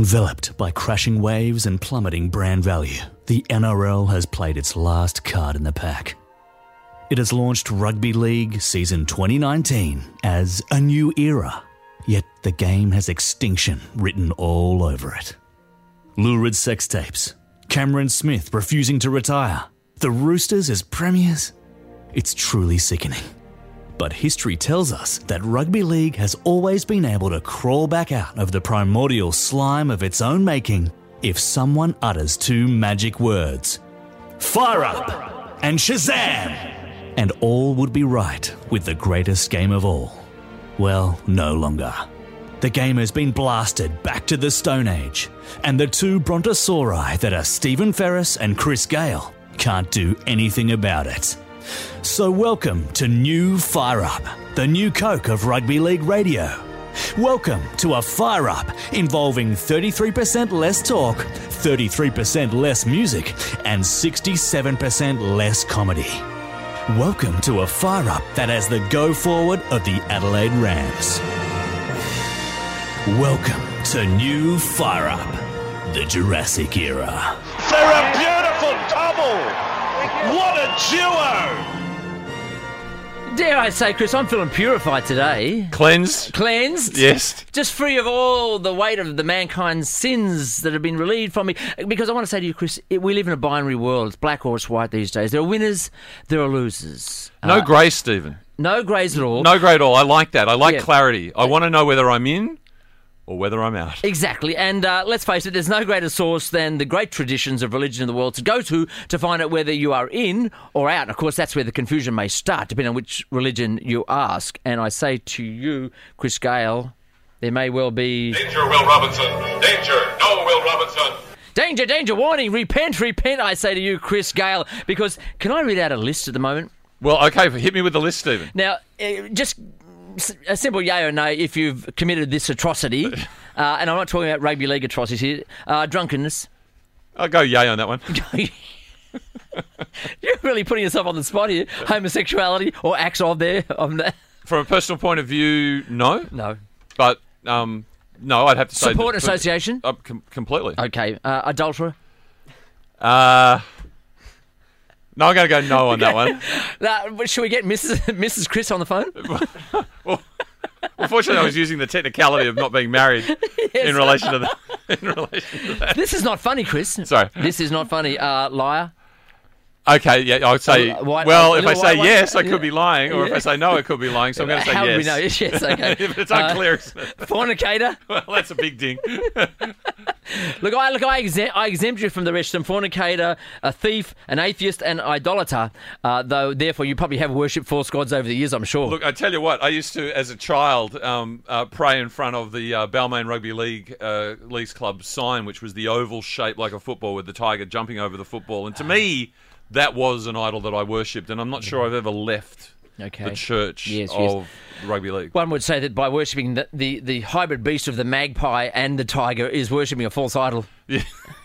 Enveloped by crashing waves and plummeting brand value, the NRL has played its last card in the pack. It has launched Rugby League Season 2019 as a new era, yet the game has extinction written all over it. Lurid sex tapes, Cameron Smith refusing to retire, the Roosters as premiers. It's truly sickening. But history tells us that rugby league has always been able to crawl back out of the primordial slime of its own making if someone utters two magic words Fire Up and Shazam! And all would be right with the greatest game of all. Well, no longer. The game has been blasted back to the Stone Age, and the two Brontosauri that are Stephen Ferris and Chris Gale can't do anything about it. So, welcome to New Fire Up, the new Coke of Rugby League Radio. Welcome to a fire up involving 33% less talk, 33% less music, and 67% less comedy. Welcome to a fire up that has the go forward of the Adelaide Rams. Welcome to New Fire Up, the Jurassic Era. They're a beautiful double. What a duo. Dare I say, Chris, I'm feeling purified today. Cleansed. Cleansed. Yes. Just free of all the weight of the mankind's sins that have been relieved from me. Because I want to say to you, Chris, it, we live in a binary world. It's black or it's white these days. There are winners, there are losers. Uh, No grey, Stephen. no greys at all. No grey at all. I like that. I like Yeah. clarity. I want to know whether I'm in or whether I'm out. Exactly. And uh, let's face it, there's no greater source than the great traditions of religion in the world to go to to find out whether you are in or out. And of course, that's where the confusion may start, depending on which religion you ask. And I say to you, Chris Gale, there may well be. Danger, Will Robinson. Danger. No, Will Robinson. Danger, danger, warning, repent, repent, I say to you, Chris Gale, because can I read out a list at the moment? Well, okay. Hit me with the list, Stephen. Now, eh, just s- a simple yay or nay if you've committed this atrocity, uh, and I'm not talking about rugby league atrocities here, uh, drunkenness. I'll go yay on that one. You're really putting yourself on the spot here. Homosexuality or acts of there. On that. From a personal point of view, no. No. But um, no, I'd have to say Support that- association? Uh, com- completely. Okay, uh, adulterer. Uh, no, I'm going to go no on that one. Uh, should we get Mrs. Mrs. Chris on the phone? Unfortunately, I was using the technicality of not being married in relation to that. In relation to that. This is not funny, Chris. Sorry. This is not funny. Uh, liar. Okay, yeah, I'd say. Uh, why- well, uh, if why- I say why- yes, I yeah. could be lying, or if Yeah. I say no, I could be lying. So I'm going to say How do yes. we know? Yes, yes, okay. if it's Uh, unclear, isn't it? fornicator. well, that's a big ding. Look, I look, I, exempt, I exempt you from the rest. I'm fornicator, a thief, an atheist, and idolater. Uh, though, therefore, you probably have worshipped false gods over the years. I'm sure. Look, I tell you what, I used to, as a child, um, uh, pray in front of the uh, Balmain Rugby League uh, Leagues Club sign, which was the oval shaped like a football with the tiger jumping over the football. And to me, Ah. that was an idol that I worshipped, and I'm not sure I've ever left okay. the church Yes, yes. of rugby league. One would say that by worshipping the, the, the hybrid beast of the magpie and the tiger is worshipping a false idol.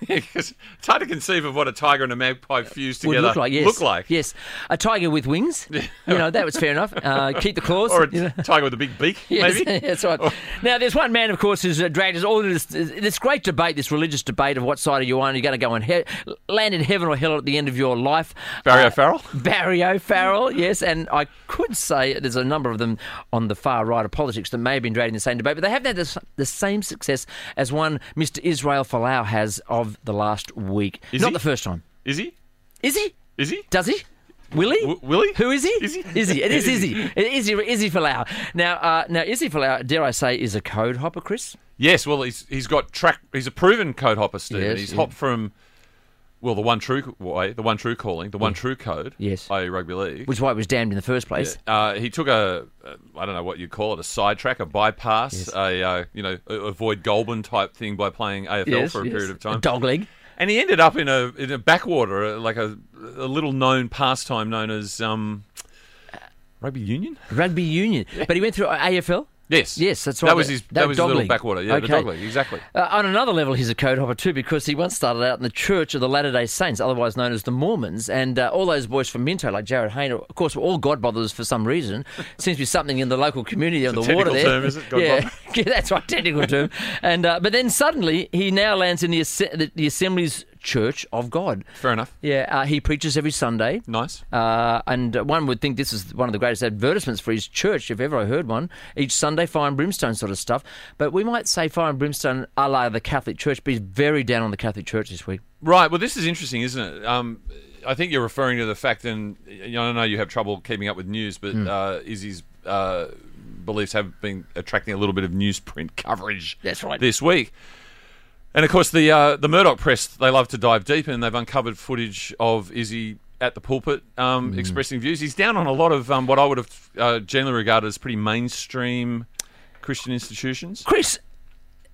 Yeah, 'cause it's hard to conceive of what a tiger and a magpie fused Would together Uh, look like yes, look like. yes, a tiger with wings. you know that was fair enough. Uh, keep the claws. Or a you know. tiger with a big beak, Yes, maybe. Oh. that's right. Now, there's one man, of course, who's uh, dragged us all into this, this great debate, this religious debate of what side are you on? You're going to go and he- land in heaven or hell at the end of your life. Barry Uh, O'Farrell. Barry O'Farrell, yes, and I could say there's a number of them on the far right of politics that may have been dragged in the same debate, but they haven't had this, the same success as one Mr. Israel Folau has of the last week. Is Not he? the first time. Is he? Is he? Is he? Does he? Will he? W- will he? Who is he? Is he? Is he? It is Is Izzy. he? It is Izzy, Izzy Falau. Now, uh, now Izzy Falau, dare I say, is a code hopper, Chris? Yes, well, he's he's got track. He's a proven code hopper, Stephen. Yes, he's yeah. hopped from well, the one true way, the one true calling, the one true code. Yes. i.e. rugby league. Which is why it was damned in the first place. uh, he took a, a I don't know what you call it, a sidetrack, a bypass, a uh, you know a- avoid Goulburn type thing by playing AFL Yes, for a yes. period of time. Dog leg. and he ended up in a in a backwater, uh, like a, a little known pastime known as um, rugby union. Rugby union. But he went through AFL. Yes. Yes, that's right. That was his. That That, was his dog little leg. backwater. Yeah, the Okay. dog leg. Exactly. Uh, on another level, he's a code hopper too because he once started out in the Church of the Latter Day Saints, otherwise known as the Mormons, and uh, all those boys from Minto, like Jared Hayne, of course, were all Godbothers for some reason. Seems to be something in the local community on a the water technical there. term, is it? yeah, Yeah, that's right, technical term. And uh, but then suddenly he now lands in the, asse- the, the Assembly's Church of God. Fair enough. Yeah, uh, he preaches every Sunday. Nice. Uh, and uh, one would think this is one of the greatest advertisements for his church, if ever I heard one. Each Sunday, fire and brimstone sort of stuff. But we might say fire and brimstone a la the Catholic Church, but he's very down on the Catholic Church this week. Right. Well, this is interesting, isn't it? Um, I think you're referring to the fact, and you know, I know you have trouble keeping up with news, but Hmm. uh, Izzy's uh, beliefs have been attracting a little bit of newsprint coverage. That's right. This week, and of course, the uh, the Murdoch press they love to dive deep, and they've uncovered footage of Izzy at the pulpit Hmm. um, expressing views. He's down on a lot of um, what I would have uh, generally regarded as pretty mainstream Christian institutions. Chris,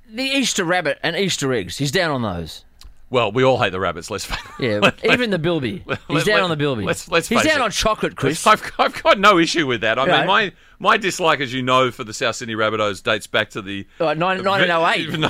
the Easter rabbit and Easter eggs, he's down on those. Well, we all hate the rabbits. Let's face Yeah, let's face even the bilby. He's let- down let- on the bilby. let's- let's he's face down it. on chocolate, Chris. I've, I've got no issue with that. I Right. mean, my my dislike, as you know, for the South Sydney Rabbitohs dates back to the Uh, nine- 1908. 1909,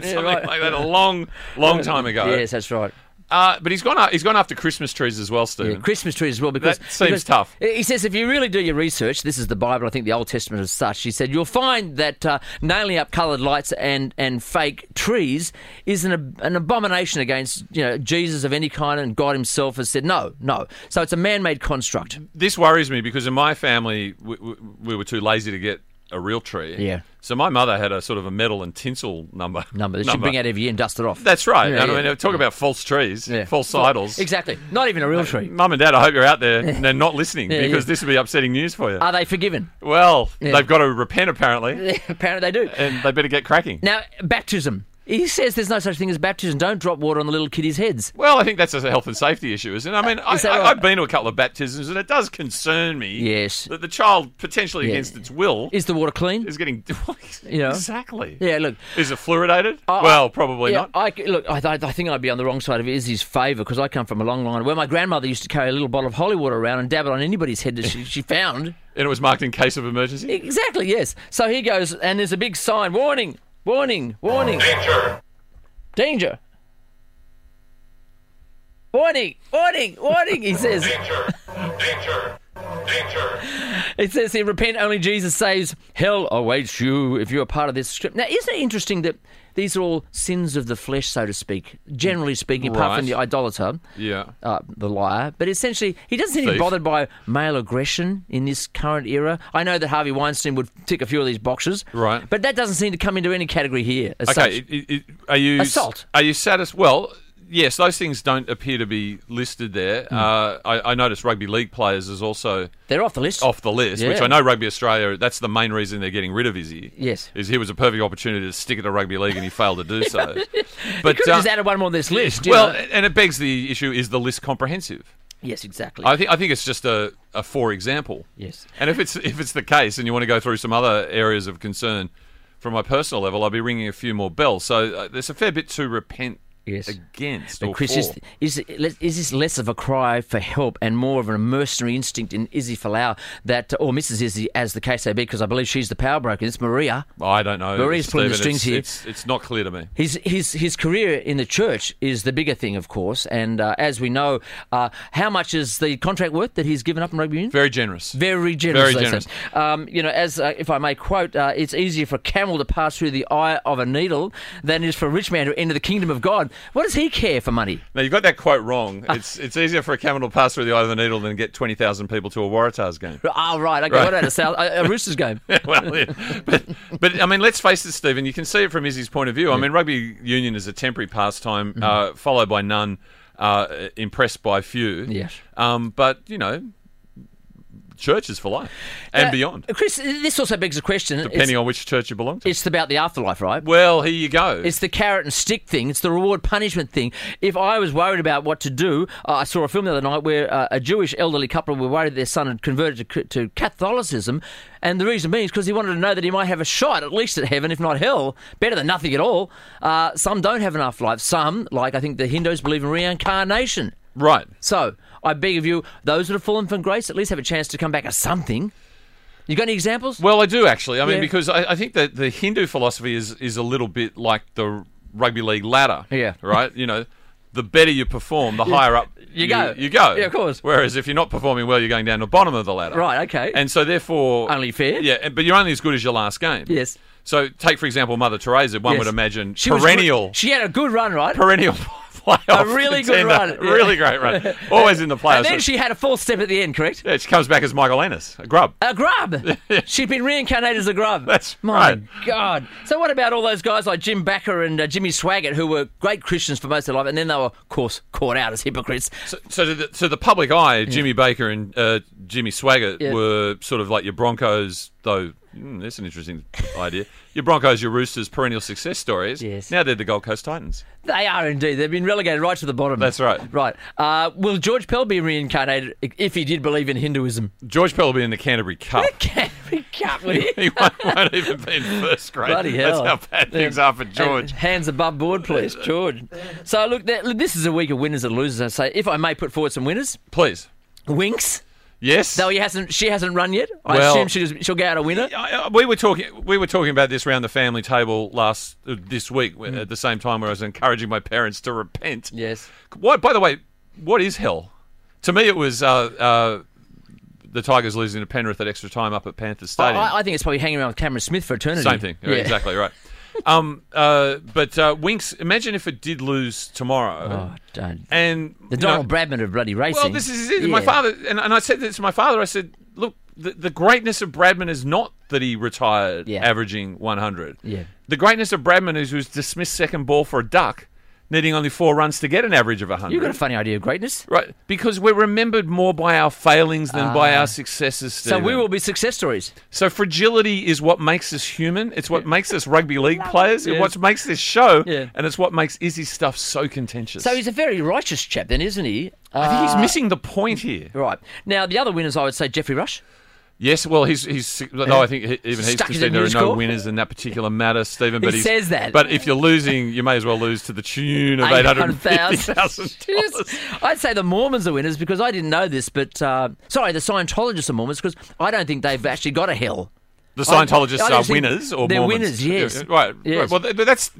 something right. like that, a long, long time ago. Yes, that's right. Uh, but he's gone. a- He's gone after Christmas trees as well, Yeah, Stephen. Christmas trees as well because That seems because tough. He says if you really do your research, this is the Bible, I think the Old Testament is such. He said you'll find that uh, nailing up coloured lights and, and fake trees is an, ab- an abomination against you know Jesus of any kind, and God Himself has said no, no. So it's a man-made construct. this worries me because in my family we, we, we were too lazy to get a real tree. Yeah. So my mother had a sort of a metal and tinsel number. Number that should bring out every year and dust it off. That's right. Yeah, and yeah. I mean, talk about false trees, Yeah. false idols. exactly. Not even a real tree. Mum and Dad, I hope you're out there and they're not listening Yeah, because yeah. this would be upsetting news for you. Are they forgiven? Well, they've got to repent apparently, Apparently they do. and they better get cracking. Now baptism. He says there's no such thing as baptism. Don't drop water on the little kiddies' heads. well, I think that's a health and safety issue, isn't it? I mean, I, Uh, Is that I, right? I've been to a couple of baptisms, and it does concern me. Yes. that the child potentially against its will Is the water clean? is getting You know? exactly. Yeah, look. Is it fluoridated? I- well, probably yeah, not. I, look, I, I think I'd be on the wrong side of Izzy's favour because I come from a long line where my grandmother used to carry a little bottle of holy water around and dab it on anybody's head that she, she found. and it was marked in case of emergency. Exactly, yes. So he goes, and there's a big sign warning, warning, warning, Danger. danger. Warning, warning, warning, he says. Danger. Danger. Danger. It says here, repent only Jesus saves. Hell awaits you if you're a part of this script. Now, isn't it interesting that these are all sins of the flesh, so to speak, generally speaking, apart from Right. the idolater? Yeah. uh, the liar, but essentially he doesn't seem to be Thief. bothered by male aggression in this current era. I know that Harvey Weinstein would tick a few of these boxes, Right. But that doesn't seem to come into any category here. As such. Okay. it- it- are you Assault. Are you satisfied? Well, yes. Those things don't appear to be listed there. Hmm. Uh, I, I noticed rugby league players is also they're off the list. off the list, which Yeah. I know Rugby Australia. That's the main reason they're getting rid of Izzy. Yes. is he was a perfect opportunity to stick it to rugby league, and he failed to do so. Could have uh, just added one more on this list. you well, know. and it begs the issue: is the list comprehensive? yes, exactly. I think I think it's just a, a for example. Yes. And if it's if it's the case, and you want to go through some other areas of concern from my personal level, I'll be ringing a few more bells. So uh, there's a fair bit to repent Yes. against. But or Chris, for. is, is, it- is this less of a cry for help and more of a mercenary instinct in Izzy Falau that, or Mrs. Izzy, as the case may be, because I believe she's the power broker. It's Maria. I don't know. Maria's pulling the Stephen, strings here. it's, It's, it's not clear to me. His, his, his career in the church is the bigger thing, of course. And uh, as we know, uh, how much is the contract worth that he's given up in rugby union? Very generous. Very generous. Very they generous. say. Um, you know, as uh, if I may quote, uh, it's easier for a camel to pass through the eye of a needle than it is for a rich man to enter the kingdom of God. What does he care for money? now you got that quote wrong. It's it's easier for a camel to pass through the eye of a needle than get twenty thousand people to a Waratahs game. Oh, right. Okay. What about a, South, a a Roosters game? well, yeah. but, but I mean, let's face it, Stephen. You can see it from Izzy's point of view. I mean, rugby union is a temporary pastime, uh, followed by none, uh, impressed by few. Yes. Um, but you know, church is for life and Uh, beyond, Chris, this also begs a question. depending it's, on which church you belong to. it's about the afterlife, right? Well, here you go. It's the carrot and stick thing. It's the reward punishment thing. If I was worried about what to do, uh, I saw a film the other night where uh, a Jewish elderly couple were worried their son had converted to, to Catholicism, and the reason being is because he wanted to know that he might have a shot at least at heaven, if not hell. Better than nothing at all. Uh, some don't have an afterlife. Some, like I think the Hindus, believe in reincarnation. right. So I beg of you, those that have fallen from grace, at least have a chance to come back as something. You got any examples? Well, I do actually. I mean, Yeah. because I, I think that the Hindu philosophy is is a little bit like the rugby league ladder. Yeah. Right. You know, the better you perform, the higher up you, go. You go. Yeah, of course. Whereas if you're not performing well, you're going down to the bottom of the ladder. Right, okay. And so therefore, Only fair. Yeah, and- but you're only as good as your last game. Yes. So take for example Mother Teresa. One Yes. would imagine She was gr- perennial, she had a good run, right? perennial. Playoff A really good contender. run, yeah. Really great run. Always in the playoffs. and then she had a false step at the end, correct? yeah, she comes back as Michael Ennis, a grub. A grub. She'd been reincarnated as a grub. That's my right. God. So what about all those guys like Jim Backer and uh, Jimmy Swaggart, who were great Christians for most of their life, and then they were, of course, caught out as hypocrites? So, so to the, to the public eye, Jimmy Baker and uh, Jimmy Swaggart Yeah. were sort of like your Broncos, though. Mm, that's an interesting idea. Your Broncos, your Roosters, perennial success stories. Yes. Now they're the Gold Coast Titans. They are indeed. They've been relegated right to the bottom. That's right. Right. Uh, will George Pell be reincarnated i- if he did believe in Hinduism? George Pell will be in the Canterbury Cup. Canterbury Cup, would he? he won't, won't even be in first grade. Bloody hell. That's how bad things are for George. Uh, hands above board, please, George. So, look, th- look, this is a week of winners and losers. I say, if I may put forward some winners, Please. Winks. Yes. Though he hasn't, she hasn't run yet. I Well- assume she just, she'll get out a winner. I- I- we were talking we were talking about this round the family table last uh, this week w- at the same time where I was encouraging my parents to repent. Yes. What by the way, what is hell? To me, it was uh, uh, the Tigers losing to Penrith at extra time up at Panthers I, Stadium. I think it's probably hanging around with Cameron Smith for eternity. Same thing. Yeah, Yeah. Exactly right. um, uh, but uh, Winks, imagine if it did lose tomorrow. Oh, don't. And The you know- Donald Bradman of bloody racing. well, this is it. My Yeah. father, and, and I said this to my father. I said, look, the, the greatness of Bradman is not that he retired Yeah. averaging 100. Yeah. The greatness of Bradman is he was dismissed second ball for a duck, needing only four runs to get an average of 100. You've got a funny idea of greatness. right, because we're remembered more by our failings than by our successes. Ah. So we Stephen. will be success stories. So fragility is what makes us human. It's what makes us rugby league players. It's Yes. what makes this show, Yeah. and it's what makes Izzy stuff so contentious. So he's a very righteous chap, then, isn't he? I think he's Uh, missing the point here. Right. Now, the other winners, I would say Jeffrey Rush. Yes, well, he's he's no. I think he, even he's Stuck his conceded there are news no corps. winners in that particular matter, Stephen. But He he's- says that. But if you're losing, you may as well lose to the tune of eight hundred fifty thousand dollars. Jeez. I'd say the Mormons are winners because I didn't know this, but uh, sorry, the Scientologists are Mormons because I don't think they've actually got a hell. The Scientologists I- I are just think winners, or they're Mormons. winners, yes. right. Yes. right. Well, th- but that's.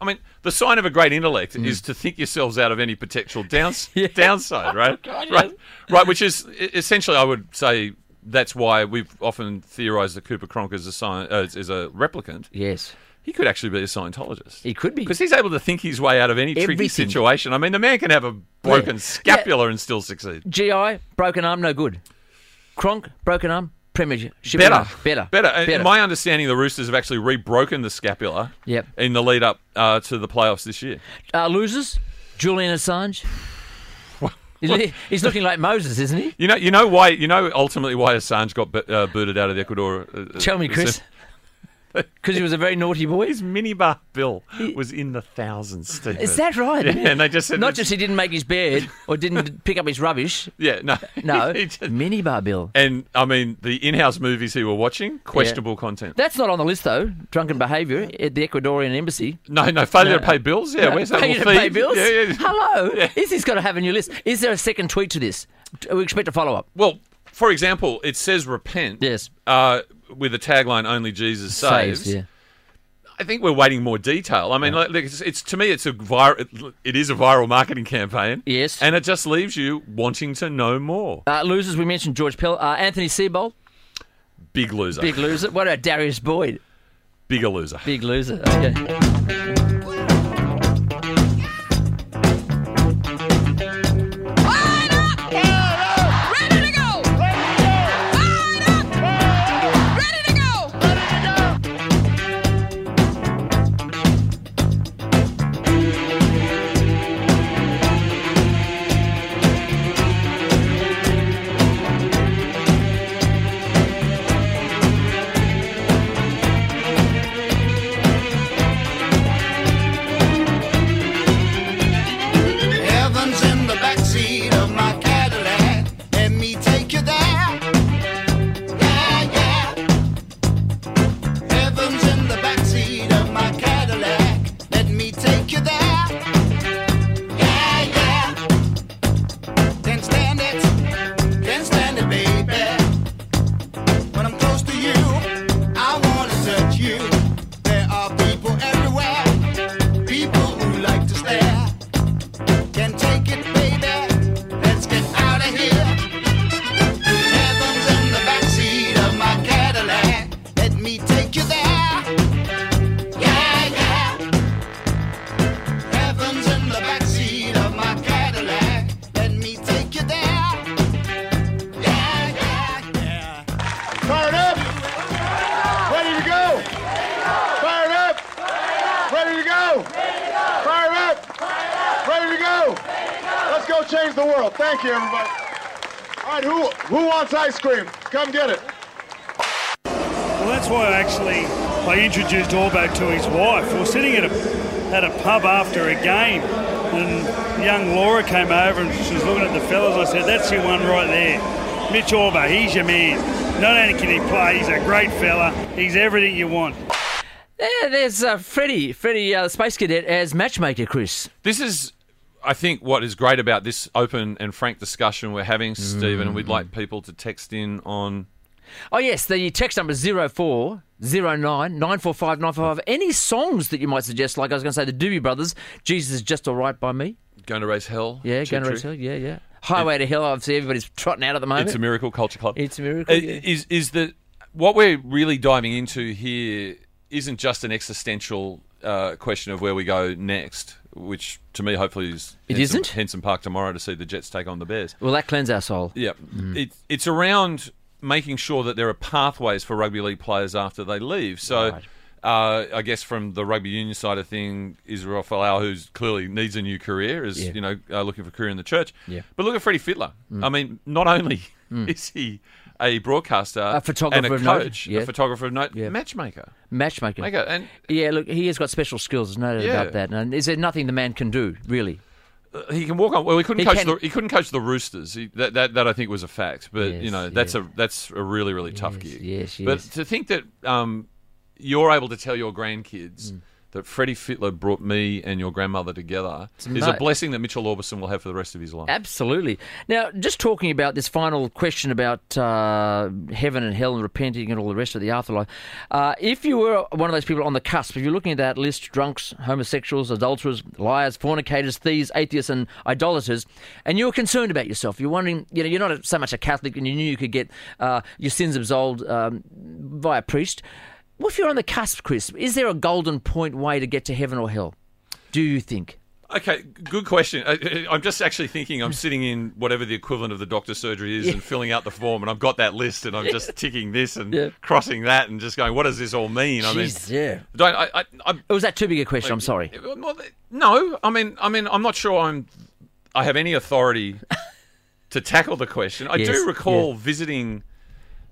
I mean, the sign of a great intellect Mm. is to think yourselves out of any potential downs- downside, right? right, right. Which is e- essentially, I would say, that's why we've often theorised that Cooper Cronk is a sci- uh, is- is a replicant. Yes, He could actually be a Scientologist. he could be. Because he's able to think his way out of any tricky Everything. situation. I mean, the man can have a broken Yeah. scapula and still succeed. GI broken arm, no good. Kronk broken arm, premiership. Better. winner. better, Better. And My understanding, the Roosters have actually rebroken the scapula Yep. in the lead up uh, to the playoffs this year. uh, losers, Julian Assange. He's- He's looking like Moses, isn't he? You know, you know why. You know ultimately why Assange got bo- uh, booted out of Ecuador. uh, uh, Tell me, Chris. Because he was a very naughty boy. His minibar bill was in the thousands, Stephen. Is that right? Yeah, and they just said Not just he didn't make his bed or didn't pick up his rubbish. yeah, no, No, He just- minibar bill. and I mean the in-house movies he were watching, questionable content. That's not on the list though. Drunken behaviour at the Ecuadorian embassy. No, no, failure to pay bills. Yeah, where's that? Pay you to Well, pay thieves- bills. Yeah, yeah. Hello, is this got to have a new list? Is there a second tweet to this? Do We expect a follow up. Well, for example, it says repent. Yes. Uh, with the tagline "Only Jesus saves." Saves, yeah. I think we're waiting more detail. I mean, like, like, it's, it's to me, it's a viral. It is a viral marketing campaign. Yes. and it just leaves you wanting to know more. Uh, losers, we mentioned George Pell, uh, Anthony Seabold, Big loser. big loser. What about Darius Boyd? Bigger loser. Big loser. Okay. Line up! Ready to go! Line up! Ready to go! Ready Ready to go? Fire up! Ready to go? Let's go change the world. Thank you, everybody. All right, who who wants ice cream? Come get it. Well, that's why actually I introduced Orbo to his wife. We were sitting at a, at a pub after a game, and young Laura came over and she was looking at the fellas. I said, That's your one right there. Mitch Orbo, he's your man. Not only can he play, he's a great fella, he's everything you want. There, there's uh, Freddie, Freddie uh, Space Cadet as matchmaker, Chris. This is, I think, what is great about this open and frank discussion we're having, Stephen, Mm. and we'd like people to text in on. Oh yes, the text number zero four zero nine nine four five nine four five. Any songs that you might suggest? Like I was going to say, the Doobie Brothers, "Jesus is Just All Right" by me. Going to raise hell. Yeah, going to Choo-choo. Race Hill. Yeah, yeah. Highway to Hell. Obviously, everybody's trotting out at the moment. It's a miracle, Culture Club. It's a miracle, Uh, yeah. Is is that what we're really diving into here? Isn't just an existential uh, question of where we go next, which to me, hopefully, is It Henson- isn't? Henson Park tomorrow to see the Jets take on the Bears. Will that cleanse our soul? Yeah, Mm. it, it's around making sure that there are pathways for rugby league players after they leave. So. Uh, I guess from the rugby union side of thing, Israel Folau, who's clearly needs a new career, is Yeah. you know uh, looking for a career in the church. Yeah. Mm. But look at Freddie Fiddler. I mean, not only is he a broadcaster, a photographer and a of note, coach, yeah. a photographer of note, Yeah. matchmaker, Matchmaker. maker, and Yeah, look, he has got special skills, no doubt Yeah. about that. And is there nothing the man can do, really? he can walk on. Well, he couldn't He coach. can- The, he couldn't coach the Roosters. He, that, that that I think was a fact. But Yes, you know that's yes. a that's a really really tough Yes, gig. yes, But yes. to think that um, you're able to tell your grandkids. Mm. That Freddie Fitler brought me and your grandmother together is a ama- blessing that Mitchell Orbison will have for the rest of his life. Absolutely. Now, just talking about this final question about uh, heaven and hell and repenting and all the rest of the afterlife. Uh, if you were one of those people on the cusp, if you're looking at that list drunks, homosexuals, adulterers, liars, fornicators, thieves, atheists, and idolaters, and you were concerned about yourself, you're wondering, you know, you're not a, so much a Catholic and you knew you could get uh, your sins absolved um, by a priest. What if you're on the cusp, Chris? Is there a golden point way to get to heaven or hell? Do you think? Okay, good question. I, I'm just actually thinking I'm sitting in whatever the equivalent of the doctor's surgery is and filling out the form, and I've got that list, and I'm just ticking this and Yeah. crossing that, and just going, what does this all mean? I mean, Jeez, yeah. don't I? I, I Or was that too big a question? I'm sorry. well, no, I mean, I mean, I'm not sure I'm. I have any authority to tackle the question. I Yes, do recall visiting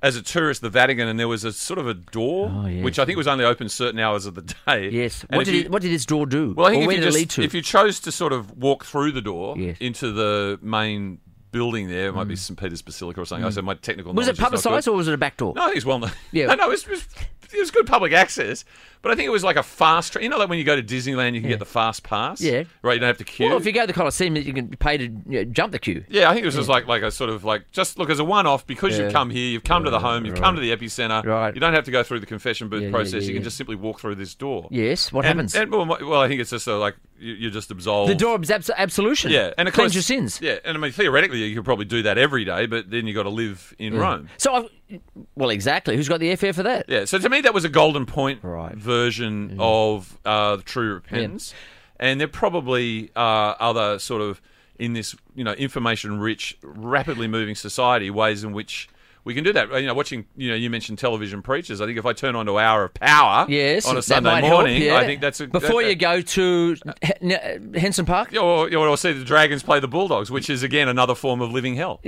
as a tourist the Vatican, and there was a sort of a door, Oh, yes. which I think was only open certain hours of the day. Yes. And What if did, you- it, what did this door do? well, I or think where if you, did just, it lead to? if you chose to sort of walk through the door Yes. Mm. into the main building there, it might be St Peter's Basilica or something. I said my technical was it knowledge is not publicised good. or was it a back door? No, I think it's well known. Yeah. no, no, it was, it was it was good public access, but I think it was like a fast. Tra- you know, like when you go to Disneyland, you can get the fast pass. Yeah. right. You don't have to queue. Well, if you go to the Colosseum, you can pay to you know, jump the queue. yeah, I think it was just like like a sort of like just look as a one off because Yeah. you've come here, you've come to the home, you've come to the epicenter. Right. You don't have to go through the confession booth Yeah, yeah, process. yeah, you can yeah. just simply walk through this door. Yes. What And- happens? And, well, my- well, I think it's just a, like you- you're just absolved. the door is abs- absolution. Yeah, and of cleanse course, your sins. Yeah, and I mean theoretically, you could probably do that every day, but then you got to live in Rome. So, I've, well, exactly. Who's got the airfare for that? Yeah, so to me, that was a golden point Right. version of uh, the true repentance, and there probably are other sort of in this you know information-rich, rapidly moving society ways in which. We can do that. You know, watching. You know, you mentioned television preachers. I think if I turn on to Hour of Power Yes. on a that Sunday might help, morning, yeah. I think that's a Before that- Uh. you go to H- N- Henson Park? Yeah, Or you'll see the Dragons play the Bulldogs, which is again another form of living hell.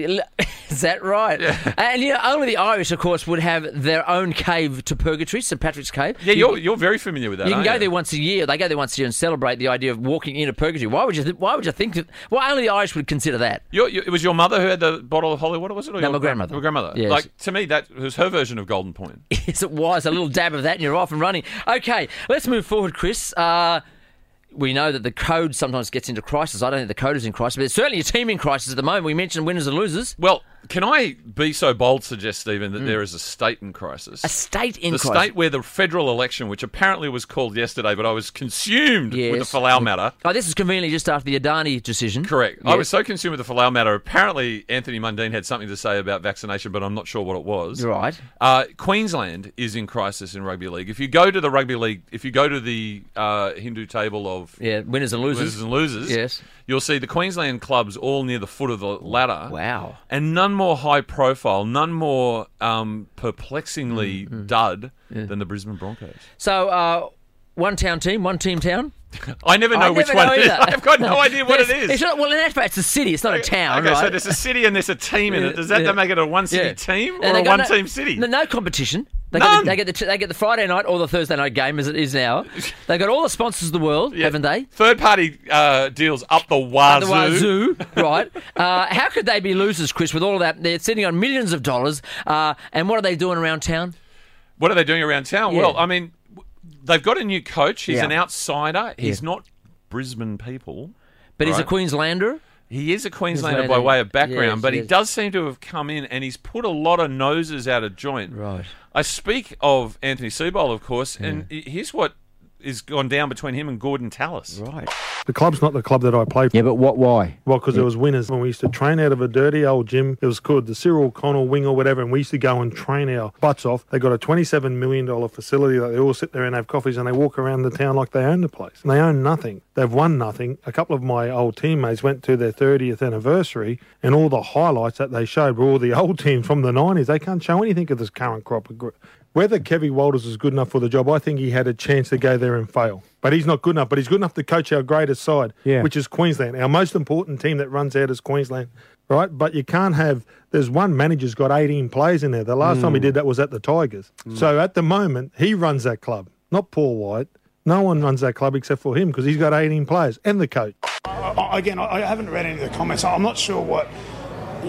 Is that right? And you know, only the Irish, of course, would have their own cave to purgatory, St Patrick's Cave. Yeah, you're, you're very familiar with that. You can aren't go there once a year. They go there once a year and celebrate the idea of walking into purgatory. Why would you? Th- why would you think? That, well, only the Irish would consider that. Your, your, it was your mother who had the bottle of holy water, was it? No, Or your my gra- grandmother. Your grandmother. Yes. Like to me, that was her version of Golden Point. Yes, it was a little dab of that, and you're off and running. Okay, let's move forward, Chris. Uh, we know that the code sometimes gets into crisis. I don't think the code is in crisis, but it's certainly a team in crisis at the moment. We mentioned winners and losers. Well, can I be so bold, suggest Stephen, that there is a state in crisis? Mm. A state in the crisis. state where the federal election, which apparently was called yesterday, but I was consumed with Yes. the Falau matter. Oh, this is conveniently just after the Adani decision. Correct. I Yes. was so consumed with the Falau matter. Apparently, Anthony Mundine had something to say about vaccination, but I'm not sure what it was. right. Uh, Queensland is in crisis in rugby league. If you go to the rugby league, if you go to the uh, Hindu table of Yeah, winners and losers. losers and losers. Yes. You'll see the Queensland clubs all near the foot of the ladder. Wow. And none more high profile, none Mm-hmm. more um, perplexingly dud than the Brisbane Broncos. So uh, one town team, one team town. I never know I which never one know it is. either. I've got no idea what it There's- is. It's not, well, in actual fact, it's a city. It's not a town, okay, right? so there's a city and there's a team in it. Does that Yeah. make it a one city Yeah. team And or they a got one no- team city? No, no competition. They None. Get, they, get the, they get the Friday night or the Thursday night game as it is now. They've got all the sponsors of the world, haven't they? Third party uh, deals up the wazoo. The Wazoo, right? Uh, how could they be losers, Chris, with all of that? They're sitting on millions of dollars. Uh, and what are they doing around town? What are they doing around town? Yeah. Well, I mean, w- they've got a new coach. He's Yeah. an outsider. He's Yeah. not Brisbane people. But he's a Right. Queenslander. He is a Queenslander Queenslander. by way of background, Yes, but he yes. does seem to have come in and he's put a lot of noses out of joint. Right. I speak of Anthony Seabold, of course, and and here's what is gone down between him and Gordon Tallis. Right. The club's not the club that I played for. Yeah, but what? Why? Well, because there was winners. When we used to train out of a dirty old gym, it was called the Cyril Connell Wing or whatever, and we used to go and train our butts off. They got a $27 million facility that they all sit there and have coffees and they walk around the town like they own the place. And they own nothing. They've won nothing. A couple of my old teammates went to their 30th anniversary and all the highlights that they showed were all the old teams from the 90s. They can't show anything of this current crop of gr- whether Kevy Walters is good enough for the job, I think he had a chance to go there and fail. But he's not good enough. But he's good enough to coach our greatest side, Yeah. which is Queensland. Our most important team that runs out is Queensland, right? But you can't have. There's one manager's got 18 players in there. The last time he did that was at the Tigers. So at the moment, he runs that club, not Paul White. No one runs that club except for him because he's got 18 players and the coach. I- again, I I haven't read any of the comments. I'm not sure what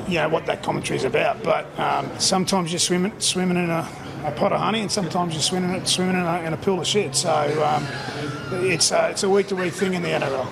you know what that commentary is about. But um, sometimes you're swimming swimming in a, a pot of honey, and sometimes you're swimming swimming in a, in a pool of shit. So um, it's uh, it's a week to week thing in the NRL.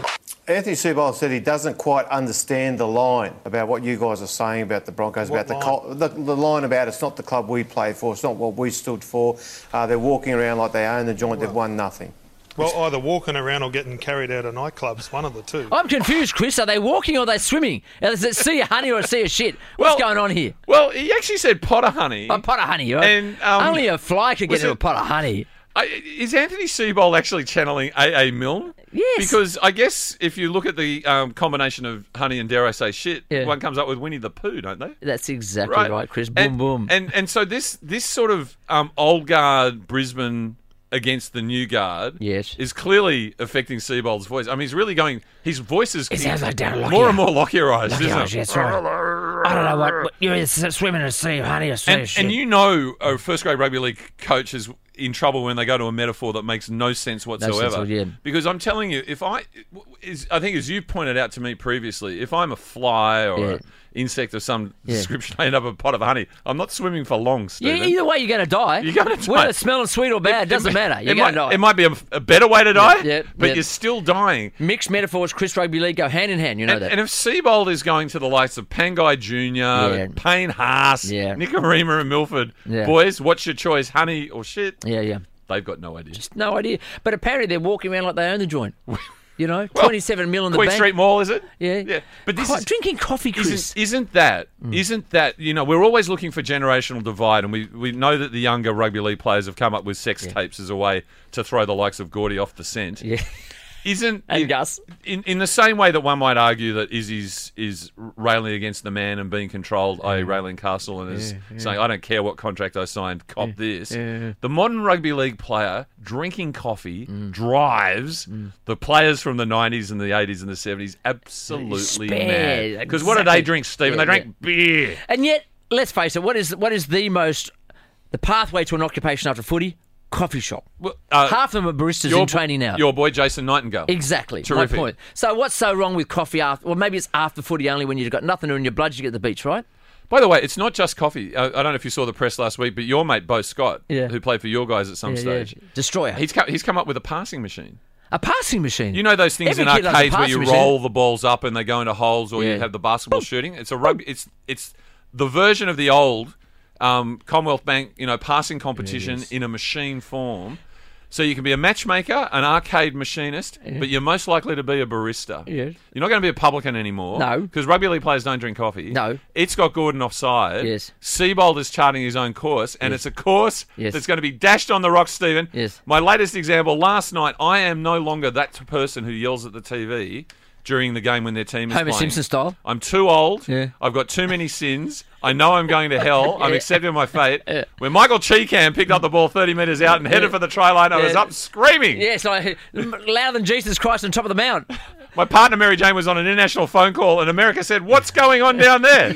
Anthony Seabold said he doesn't quite understand the line about what you guys are saying about the Broncos, What about the, col- the the line about it's not the club we play for, it's not what we stood for. Uh, they're walking around like they own the joint, they've won nothing. Well, either walking around or getting carried out of nightclubs, one of the two. I'm confused, Chris. Are they walking or are they swimming? Is it sea of honey or a sea of shit? What's Well- going on here? Well, he actually said Potter Honey. A pot of honey, right? And, um, Only a fly could get was into it- a pot of honey. I, is Anthony Seabold actually channeling A.A. Milne? Yes. Because I guess if you look at the um, combination of honey and dare I say shit, Yeah. one comes up with Winnie the Pooh, don't they? That's exactly right, Chris. Boom, and, boom. And and so this this sort of um, old guard Brisbane against the new guard Yes. is clearly affecting Seabold's voice. I mean, he's really going. His voice is It sounds like Darren Lockyer. more and more Lockyerized, isn't Yeah, it? that's right. I don't know what, what- you're either swimming in a sea of honey or a sea of And, shit. and you know, a first grade rugby league coach is in trouble when they go to a metaphor that makes no sense whatsoever. at all, yeah. Because I'm telling you, if I, is, I think as you pointed out to me previously, if I'm a fly or Yeah. an insect of some Yeah. description, I end up a pot of honey. I'm not swimming for long, yeah, Stephen. either way, you're going to die. You're gonna die. Whether it's smelling sweet or bad, doesn't It- matter. You're it, going might, to die. it might be a, a better way to die, yeah, but yeah. you're still dying. Mixed metaphors, Chris Rugby League go hand in hand. You know And, that. and if Seabold is going to the likes of Pangai Jr., Payne Haas, Yeah. Nicarima and Milford, Yeah. boys, what's your choice, honey or shit? yeah, yeah. They've got no idea. No idea. But apparently they're walking around like they own the joint. You know, Well, 27 mil in the Queen bank. Street Mall, is it? Yeah. yeah. But this Quite- is, drinking coffee, Chris. isn't, isn't that Mm. not that you know we're always looking for generational divide, and we we know that the younger rugby league players have come up with sex tapes as a way to throw the likes of Gordy off the scent. Yeah. Isn't And in- Gus. in in the same way that one might argue that Izzy's is railing against the man and being controlled, i.e., railing Castle, and is saying I don't care what contract I signed, cop this. The modern rugby league player drinking coffee Mm. drives the players from the '90s and the '80s and the '70s absolutely Spare, mad. Because what did they exactly. drink, Stephen? Yeah, they drank beer. And yet, let's face it, what is what is the most the pathway to an occupation after footy? Coffee shop. Well, uh, Half of them are baristas your in bo- training now. Your boy Jason Nightingale. Exactly. Terrific. My point. So what's so wrong with coffee after? Well, maybe it's after footy only when you've got nothing in your blood. You get the beach, right? By the way, it's not just coffee. Uh, I don't know if you saw the press last week, but your mate Bo Scott, Yeah. who played for your guys at some stage, Destroyer. He's come, he's come up with a passing machine. a passing machine. You know those things Mm. Every kid in loves a arcades where passing you machine. roll the balls up and they go into holes, or Yeah. you have the basketball shooting. It's a rugby. It's it's the version of the old um, Commonwealth Bank, you know, passing competition in a machine form. So you can be a matchmaker, an arcade machinist, but you're most likely to be a barista. Yes. You're not going to be a publican anymore. No. because rugby league players don't drink coffee. No. it's got Gordon offside. Yes. Seabold is charting his own course, and it's a course Yes. that's going to be dashed on the rocks, Stephen. Yes. My latest example last night, I am no longer that person who yells at the TV. during the game when their team is Homer playing. Simpson style? I'm too old. Yeah. I've got too many sins. I know I'm going to hell. I'm Yeah. accepting my fate. When Michael Cheekham picked up the ball 30 metres out and headed Yeah. for the try line, I was Yeah. up screaming. Yes, I, louder than Jesus Christ on top of the mound. My partner Mary Jane was on an international phone call, and America said, "What's going on down there?"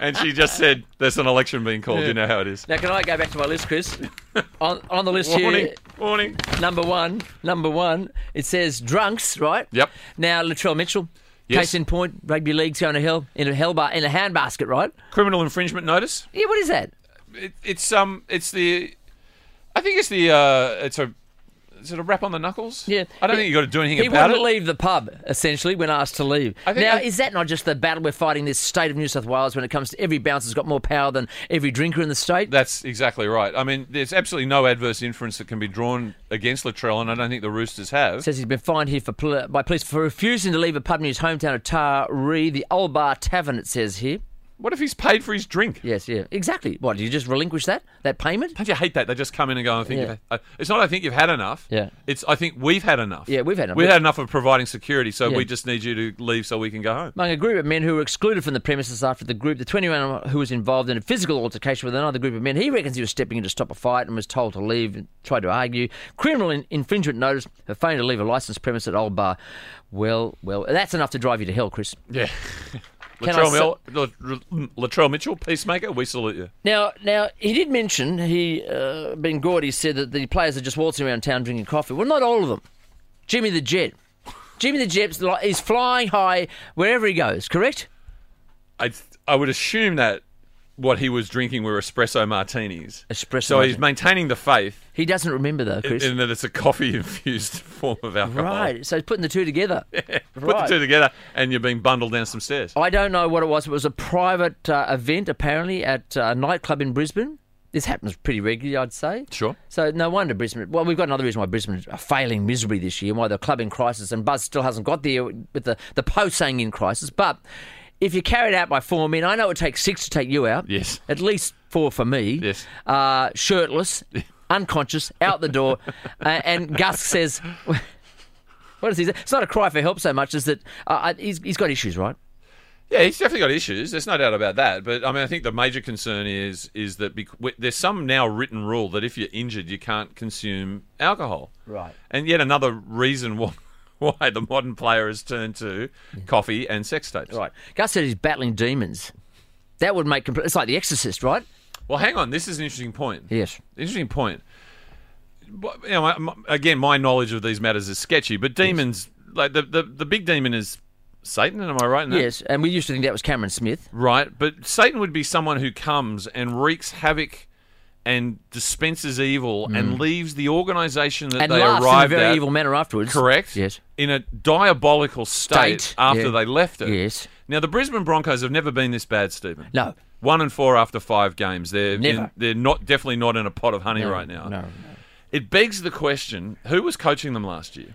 and she just said, "There's an election being called. Yeah. You know how it is." Now, can I go back to my list, Chris? On, on the list Warning, here, warning. Number one, number one. It says drunks, right? Yep. Now, Latrell Mitchell. Yes. Case in point, rugby league's going to hell in a hell bar in a handbasket, right? Criminal infringement notice. Yeah, what is that? It, it's um, it's the, I think it's the uh, it's a, is it a rap on the knuckles? Yeah. I don't think you got to do anything He about wouldn't it. leave the pub essentially when asked to leave. I think Now, I- is that not just the battle we're fighting this state of New South Wales when it comes to every bouncer's got more power than every drinker in the state? That's exactly right. I mean, there's absolutely no adverse inference that can be drawn against Latrell, and I don't think the Roosters have. Says he's been fined here for poli- by police for refusing to leave a pub near his hometown of Taree, the Old Bar Tavern. It says here. What if he's paid for his drink? Yes, yeah, exactly. What do you just relinquish that that payment? Don't you hate that? They just come in and go. I think Yeah. you've had- I- it's not. I think you've had enough. Yeah. It's. I think we've had enough. Yeah, we've had enough. We've had enough of providing security, so Yeah. we just need you to leave so we can go home. Among a group of men who were excluded from the premises after the group, the 21 who was involved in a physical altercation with another group of men, he reckons he was stepping in to stop a fight and was told to leave and tried to argue. Criminal in- infringement notice for failing to leave a licensed premise at Old Bar. Well, well, that's enough to drive you to hell, Chris. Yeah. Can I Latrell, say- Mill, Lat- Latrell Mitchell, peacemaker, we salute you. Now, now he did mention he, uh, Ben Gordy said that the players are just waltzing around town drinking coffee. Well, not all of them. Jimmy the Jet, Jimmy the Jet's li- is flying high wherever he goes. Correct? I I would assume that what he was drinking were espresso martinis. Espresso So martini. he's maintaining the faith He doesn't remember though, in, Chris. in that it's a coffee infused form of alcohol. Right. So putting the two together. Put Right. Oh. the two together, and you're being bundled down some stairs. I don't know what it was. It was a private uh, event, apparently, at uh, a nightclub in Brisbane. This happens pretty regularly, I'd say. Sure. So no wonder Brisbane. Well, we've got another reason why Brisbane are failing miserably this year, and why they're club in crisis, and Buzz still hasn't got there with the the post saying in crisis. But if you're carried out by four men, I know it takes six to take you out. Yes. At least four for me. Yes. Uh, shirtless, unconscious, out the door, uh, and Gus says. What is he? say? It's not a cry for help so much as that uh, uh, he's, he's got issues, right? Yeah, he's definitely got issues. There's no doubt about that. But I mean, I think the major concern is is that bec- w- there's some now written rule that if you're injured, you can't consume alcohol. Right. And yet another reason why, why the modern player has turned to coffee and sex tapes. Right. Gus said he's battling demons. That would make complete. It's like The Exorcist, right? Well, hang on. This is an interesting point. Yes. Interesting point. But, You know, my- my- again, my knowledge of these matters is sketchy, but demons, like the, the, the big demon is Satan, am I right in that? Yes, and we used to think that was Cameron Smith. Right, but Satan would be someone who comes and wreaks havoc and dispenses evil and Mm. leaves the organization that and they laughs arrived in a very at evil manner afterwards. Correct. Yes. in a diabolical state, State, after yeah. they left it. Yes. Now the Brisbane Broncos have never been this bad, Stephen. No. One and four after five games. They're in- Never. they're not definitely not in a pot of honey No, right now. no, no. It begs the question: Who was coaching them last year?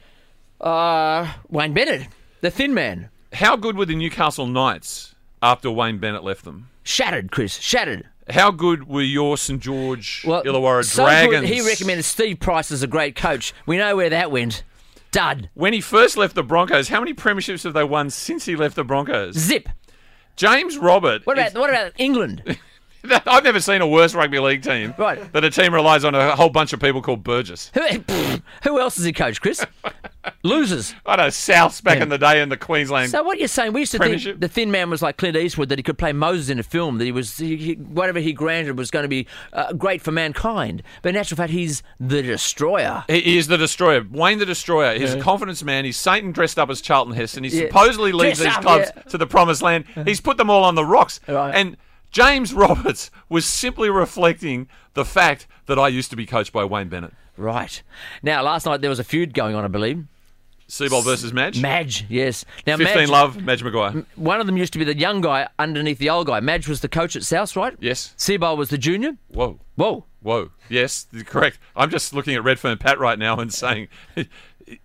Uh, Wayne Bennett, the thin man. How good were the Newcastle Knights after Wayne Bennett left them? Shattered, Chris. Shattered. How good were your St George Illawarra so good, Dragons? he recommended Steve Price as a great coach. We know where that went. Dud. When he first left the Broncos, how many premierships have they won since he left the Broncos? Zip. James Robert. What about is- what about England? I've never seen a worse rugby league team. Right. That a team relies on a whole bunch of people called Burgess. Who, pfft, who else is he coach, Chris? Losers. I know Souths back in the day in the Queensland. So what you're saying? We used to Premiership? think the thin man was like Clint Eastwood, that he could play Moses in a film, that he was he, he- whatever he granted was going to be uh, great for mankind. But in actual fact, he's the destroyer. He he is the destroyer, Wayne the destroyer. He's Yeah. a confidence man. He's Satan dressed up as Charlton Heston. He Yeah. supposedly leads Dress these up, clubs yeah. Uh-huh. to the promised land. He's put them all on the rocks. And James Roberts was simply reflecting the fact that I used to be coached by Wayne Bennett. Right. Now, last night there was a feud going on, I believe. Seabold versus Madge. Madge, yes. Now, 15 Madge, love, Madge Maguire. One of them used to be the young guy underneath the old guy. Madge was the coach at South, right? Yes. Seibold was the junior. Whoa. Whoa. Whoa. Yes, th- correct. I'm just looking at Redfern Pat right now and saying,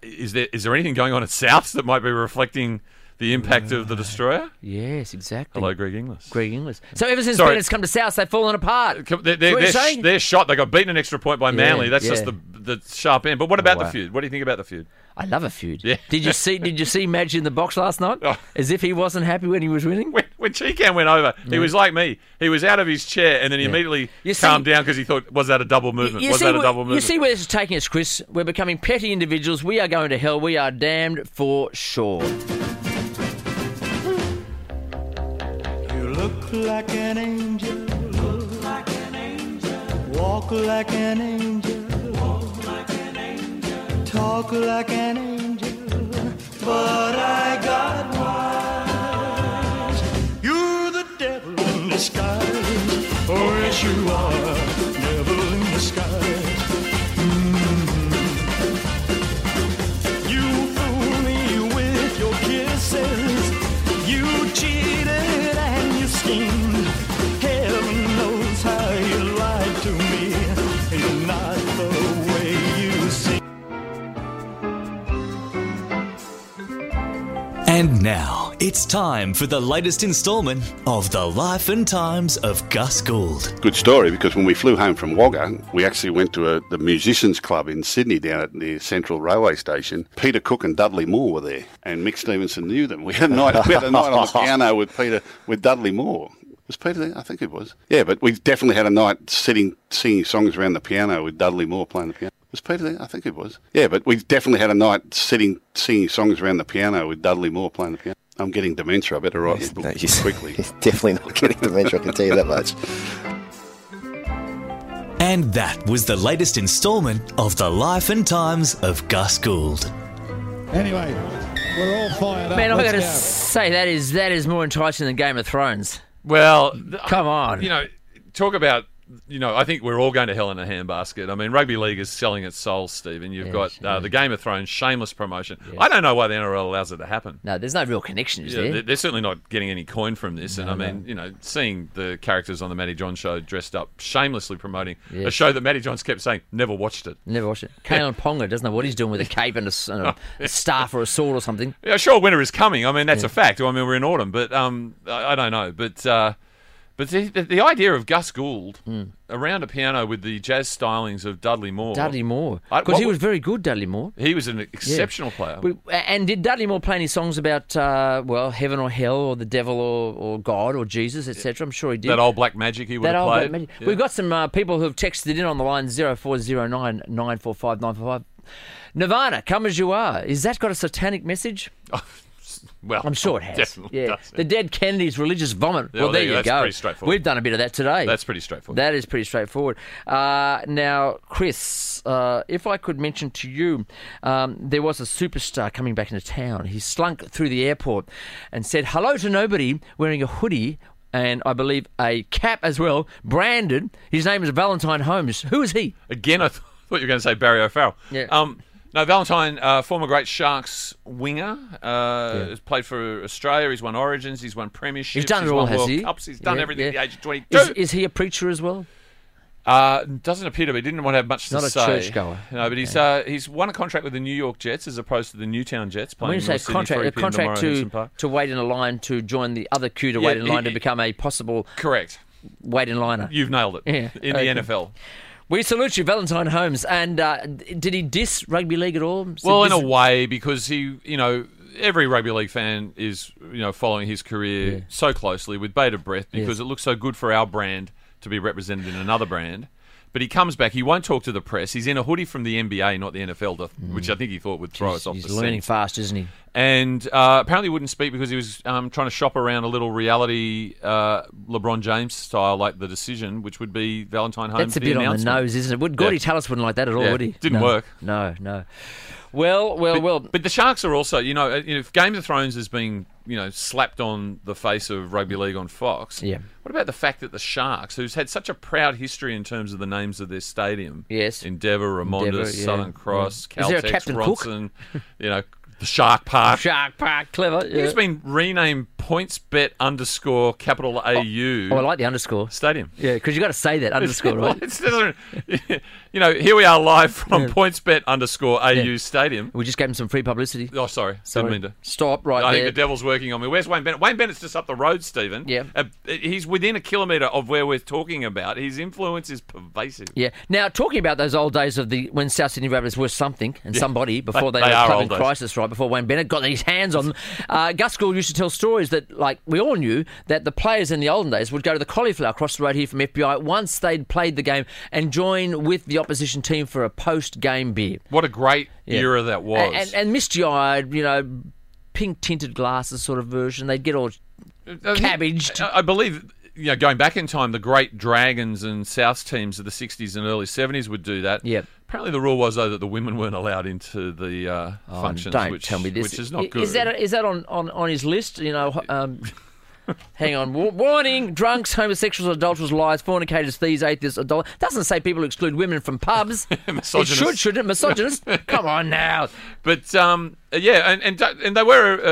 is there is there anything going on at Souths that might be reflecting the impact of the destroyer? Yes, exactly. Hello, Greg Inglis. Greg Inglis. So ever since Sorry. Uh, Bennett's come to South, they've fallen apart. They're, Is that what they're, you're they're, saying? they're shot. They got beaten an extra point by Yeah, Manly. That's just yeah. the the sharp end. But what about wow. the feud? What do you think about the feud? I love a feud. Yeah. Oh. Did you see? Did you see Madge in the box last night? As if he wasn't happy when he was winning. When, when Cheekan went over, he Yeah. was like me. He was out of his chair and then he Yeah. immediately You calmed see- down because he thought, was that a double movement? You Was see, that a where- double movement? you see where this is taking us, Chris? We're becoming petty individuals. We are going to hell. We are damned for sure. You look like an angel. Look like an angel. Walk like an angel. Walk like an angel. Talk like an angel. But I got wise. You're the devil in disguise. Oh, yes, you are. Devil in disguise. Mhm. You fool me with your kisses. You cheated and you schemed. Heaven knows how you lied to me. You're not the way you seem. And now it's time for the latest installment of The Life and Times of Gus Gould. Good story because when we flew home from Wagga, we actually went to a, the musicians' club in Sydney down at the Central Railway Station. Peter Cook and Dudley Moore were there, and Mick Stevenson knew them. We had a night, we had a night on the piano with Peter with Dudley Moore. Was Peter there? I think it was. Yeah, but we definitely had a night sitting singing songs around the piano with Dudley Moore playing the piano. Was Peter there? I think it was. Yeah, but we definitely had a night sitting singing songs around the piano with Dudley Moore playing the piano. I'm getting dementia. I better write this book quickly. Definitely not getting dementia, I can tell you that much. And that was the latest installment of The Life and Times of Gus Gould. Anyway, we're all fired up. Man, I Let's got to go. say that is that is more enticing than Game of Thrones. Well, come on. You know, talk about. You know, I think we're all going to hell in a handbasket. I mean, rugby league is selling its soul, Stephen. You've got uh, the Game of Thrones shameless promotion. I don't know why the NRL allows it to happen. No, there's no real connection, is Yeah, there? they're, they're certainly not getting any coin from this. and No, I no. mean, you know, seeing the characters on the Matty John show dressed up, shamelessly promoting a Yes. show that Matty John's kept saying never watched it. Never watched it. Kalen Ponga doesn't know what he's doing with a cape and a, s- and a staff or a sword or something. Yeah, sure, winter is coming. I mean, that's a fact. I mean, we're in autumn, but um, I, I don't know. But uh, but the, the, the idea of Gus Gould Hmm. around a piano with the jazz stylings of Dudley Moore. Dudley Moore, I- because what he would- was very good. Dudley Moore. He was an exceptional player. We, and did Dudley Moore play any songs about uh, well, heaven or hell, or the devil or, or God or Jesus, etc.? I'm sure he did. that old black magic he would That have old played. Black Magic. Yeah. We've got some uh, people who have texted in on the line 0409 945 945. Nirvana, come as you are. Is that got a satanic message? well, I'm sure it has. Oh, definitely yeah, does. the dead Kennedys religious vomit. Yeah, well, well, there there you you go. That's go. pretty straightforward. We've done a bit of that today. That's pretty straightforward. That is pretty straightforward. Uh, now, Chris, uh, if I could mention to you, um, there was a superstar coming back into town. He slunk through the airport and said hello to nobody wearing a hoodie and I believe a cap as well, branded. His name is Valentine Holmes. Who is he? Again, I th- thought you were going to say Barry O'Farrell. Yeah. Um, no, Valentine, uh, former great Sharks winger, uh, has played for Australia. He's won Origins. He's won Premierships. He's done it all, won has World he? Cups. He's done Yeah, everything yeah. at the age of twenty-two. Is, is he a preacher as well? Uh, doesn't appear to be. Didn't want to have much Not to a say. churchgoer. No, but he's uh, he's won a contract with the New York Jets as opposed to the Newtown Jets When playing you say North Sydney, contract, a E 3 p.m. tomorrow contract at Henderson Park. to, to wait in a line to join the other queue to Yeah, wait in line he- to become a possible correct wait in liner. You've nailed it. Yeah, in okay. the NFL. We salute you, Valentine Holmes. And uh, d- did he diss rugby league at all? Said Well, in this a is- way, because he, you know, every rugby league fan is, you know, following his career so closely with bated breath because Yes. it looks so good for our brand to be represented in another brand. But he comes back. He won't talk to the press. He's in a hoodie from the NBA, not the NFL, to, which I think he thought would throw us off. Mm. he's the learning scent. fast, isn't he? And uh, apparently wouldn't speak because he was um, trying to shop around a little reality uh, LeBron James style, like the decision, which would be Valentine Holmes. That's a bit on the announcement. nose, isn't it? Would Gordy Yeah. Tallis wouldn't like that at all, Yeah, would he? Didn't No. work. No, no. Well, well, but, Oh, well. But the Sharks are also, you know, if Game of Thrones is being, you know, slapped on the face of rugby league on Fox, Yeah. What about the fact that the Sharks, who's had such a proud history in terms of the names of their stadium, yes, Endeavour, Ramondis, Endeavour, yeah, Southern yeah. Cross, Is Caltex, there a Captain Cook? Bronson, you know, the Shark Park. Shark Park, clever. He's yeah. been renamed pointsbet underscore capital AU. Oh, I like the underscore. Stadium. Yeah, because you got to say that underscore, Well, right? it's- doesn't- you know, here we are live from pointsbet underscore AU Stadium. We just gave him some free publicity. Oh, sorry. Sorry. Didn't mean to. Stop right I there. think the devil's working on me. Where's Wayne Bennett? Wayne Bennett's just up the road, Stephen. Yeah. Uh, he's within a kilometre of where we're talking about. His influence is pervasive. Yeah. Now, talking about those old days of the when South Sydney Rabbitohs were something and Yeah. somebody before They- they, they had are a club old in days. crisis, right before Wayne Bennett got his hands on them, uh, Gus Gould used to tell stories that, like, we all knew that the players in the olden days would go to the cauliflower across the road here from FBI once they'd played the game and join with the opposition team for a post-game beer. What a great Yeah. era that was. And, and, and misty-eyed, you know, pink-tinted glasses sort of version. They'd get all cabbaged. I I believe, you know, going back in time, the great Dragons and South teams of the 60s and early 70s would do that. Yeah. Apparently, the rule was, though, that the women weren't allowed into the uh, Oh, functions, don't which, tell me this. which is not I- good. Is that is that on, on, on his list? You know, um, hang on. Wa- Warning: drunks, homosexuals, adulterers, liars, fornicators, thieves, atheists, adult. Doesn't say people who exclude women from pubs. it Misogynist. should, shouldn't it? Misogynist. Come on now. But um, yeah, and, and and they were uh,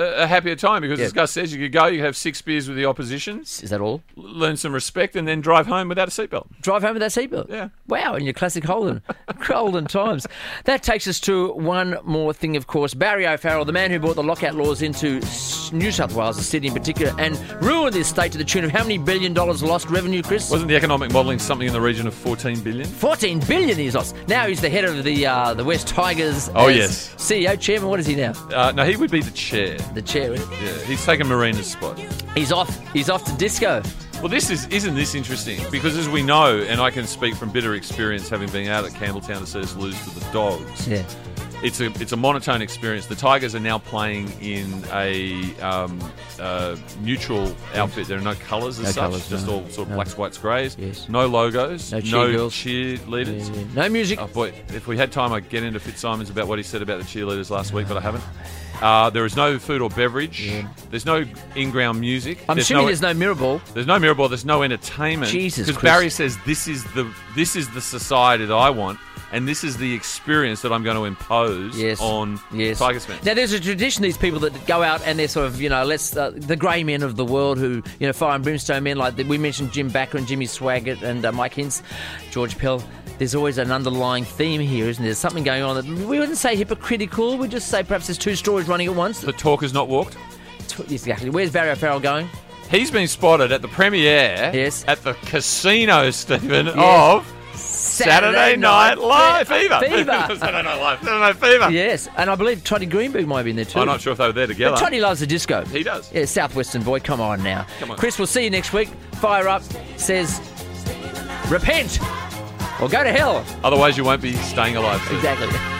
a, a, a happier time because, as Gus says, you could go, you could have six beers with the opposition. Is that all? Learn some respect, and then drive home without a seatbelt. Drive home with that seatbelt. Yeah. Wow, in your classic Holden. Golden times. That takes us to one more thing, of course. Barry O'Farrell, the man who brought the lockout laws into S- New South Wales, and Sydney in particular, and ruined this state to the tune of how many billion dollars lost revenue, Chris? Wasn't the economic modelling something in the region of 14 billion? 14 billion he's lost. Now he's the head of the uh, the West Tigers. Oh, as yes. CEO chairman. What is he now? Uh, no, he would be the chair. The chair. Yeah, he's taken Marina's spot. He's off. He's off to disco. Well, this is isn't this interesting? Because as we know, and I can speak from bitter experience, having been out at Campbelltown to see us lose to the Dogs. Yeah. It's a it's a monotone experience. The Tigers are now playing in a um, uh, neutral outfit. There are no colours as No such, colours, just no. all sort of No. blacks, whites, greys. No logos. No cheerleaders. No music. Oh boy! If we had time, I'd get into Fitzsimons about what he said about the cheerleaders last week, but I haven't. Uh, there is no food or beverage. There's no in-ground music. I'm there's assuming no, there's no mirror ball. there's no mirror ball. There's no entertainment. Jesus, because Chris. Barry says this is the this is the society that I want, and this is the experience that I'm going to impose on Tigers fans. Now, there's a tradition, these people that go out and they're sort of, you know, let's, uh, the grey men of the world who, you know, fire and brimstone men, like the, we mentioned Jim Backer and Jimmy Swaggart and uh, Mike Hintz, George Pell. There's always an underlying theme here, isn't there? There's something going on that we wouldn't say hypocritical, we'd just say perhaps there's two stories running at once. The talk has not walked? Exactly. Where's Barry O'Farrell going? He's been spotted at the premiere yes. at the casino, Stephen, Yes. of Saturday Saturday, Night, Night Live Fever. Fever. Saturday Night Live. Saturday Night Fever. Yes, and I believe Toddy Greenberg might be in there too. I'm not sure if they were there together. But Toddy loves the disco. He does. Yeah, Southwestern boy, come on now. Come on. Chris, we'll see you next week. Fire up says, repent or go to hell. Otherwise, you won't be staying alive. Exactly.